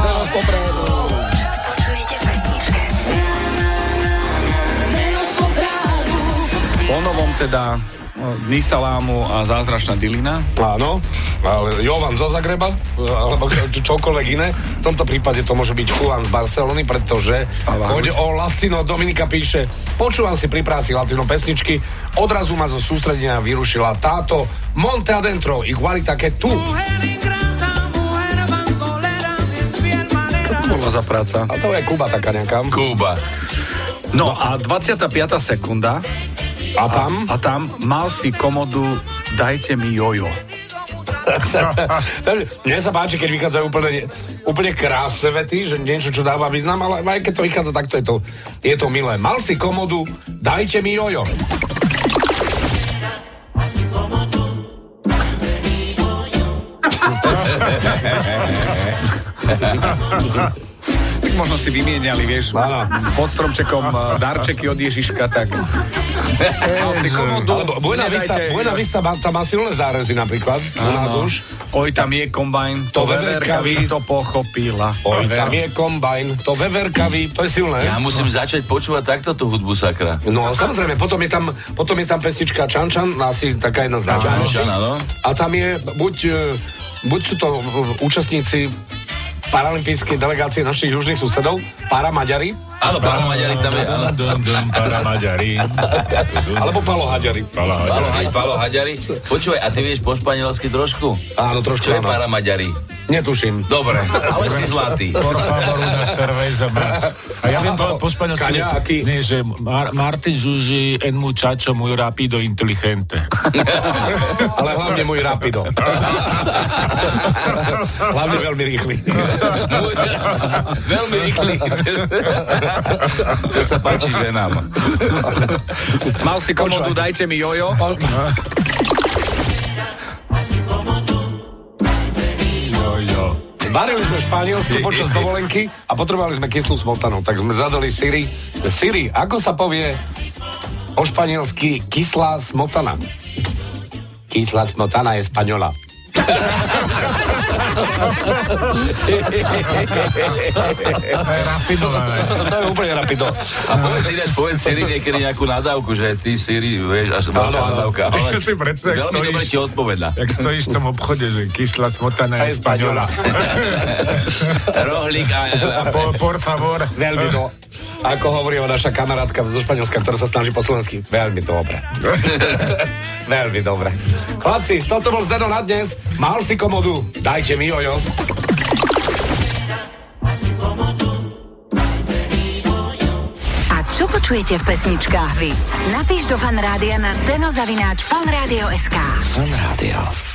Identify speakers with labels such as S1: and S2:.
S1: Poprému.
S2: Počujete v pesničke.
S3: Po novom teda no, Dni salámu a zázračná dilina.
S4: Áno, ale Jovan zo Zagreba, eh, alebo č- čokoľvek iné. V tomto prípade to môže byť Juan z Barcelony, pretože
S3: Spáva.
S4: pôjde o Latino. Dominika píše, počúvam si pri práci Latino pesničky, odrazu ma zo sústredenia vyrušila táto Monte Adentro, Igualita que tu.
S5: Mujer ingrata, mujer bandolera, mi fiel manera.
S3: Bola za práca.
S4: A to je Kuba taká nejaká.
S6: Kúba.
S3: No a 25. sekunda
S4: A tam?
S3: a tam mal si komodu Dajte mi jojo.
S4: Mne sa páči, keď vychádzajú úplne, úplne krásne vety, že niečo, čo dáva význam, ale aj keď to vychádza takto, je to, je to milé. Mal si komodu, dajte mi jojo.
S3: Tak možno si vymieniali, vieš,
S4: Áno.
S3: pod stromčekom eh, darčeky od Ježiška, tak mal si komodu.
S4: Alebo Buena
S3: nedajte
S4: Vista,
S3: mi
S4: Buena
S3: jojo.
S4: Vista má, tam má silné zárezy napríklad, u nás
S3: Áno.
S4: už.
S3: Oj, tam je kombajn,
S4: To
S3: to, veverka
S4: veverka
S3: by
S4: ví.
S3: to pochopila.
S4: Oj, tam je kombajn, to veverkavý, to je silné.
S6: Ja musím začať počúvať takto tú hudbu, sakra.
S4: No samozrejme, potom je tam, potom je tam pesnička Čančan, asi taká jedna z najznámejších.
S6: áno, áno.
S4: A tam je, buď, e, buď sú to e, účastníci paralympijskej delegácie našich južných susedov, para Maďari,
S6: Áno, pána Maďarik tam je, áno.
S7: Dum, dum, para Maďari.
S4: alebo Palo Haďari.
S7: Pala
S6: Palo,
S7: Maďari.
S6: Haď- Palo Haďari. Počúvaj, a ty vieš po španielsky trošku?
S4: Áno, trošku
S6: Čo je
S4: áno.
S6: para Maďari?
S4: Netuším.
S6: Dobre, ale si zlatý.
S7: Por favor, una cerveza más. A ja viem povedať po španielsky.
S4: Kaňáky.
S7: Nie, že Mar- Martin Žuži en muchacho muy rápido inteligente.
S4: Ale hlavne môj rapido. hlavne veľmi rýchly.
S6: Veľmi rýchly. to sa páči ženám.
S3: Mal si komodu, dajte mi jojo.
S4: Varili sme Španielsku počas dovolenky a potrebovali sme kyslú smotanu, tak sme zadali Siri. Siri, ako sa povie po španielsky kyslá smotana? Kyslá smotana je spaniola.
S7: Rapidované.
S4: To je úplne rapido.
S6: A povedz ináč, povedz Siri niekedy nejakú nadávku, že ty Siri, vieš, až veľká
S4: áno.
S6: nadávka.
S7: Ja si predstav, jak
S6: veľmi dobre
S7: stojíš.
S6: ti odpoveda.
S7: Jak stojíš v tom obchode, že kyslá smotana je spaniola.
S6: Rohlík a...
S7: Po, por favor.
S4: Veľmi to. Ako hovorí naša kamarátka zo Španielska, ktorá sa snaží po slovensky. Veľmi dobre. Veľmi dobre. Chlapci, toto bol Zdeno na dnes. Mal si komodu, dajte mi jojo.
S2: A čo počujete v pesničkách vy? Napíš do fan rádia na steno zavináč fanradio.sk.
S8: Fan Rádio.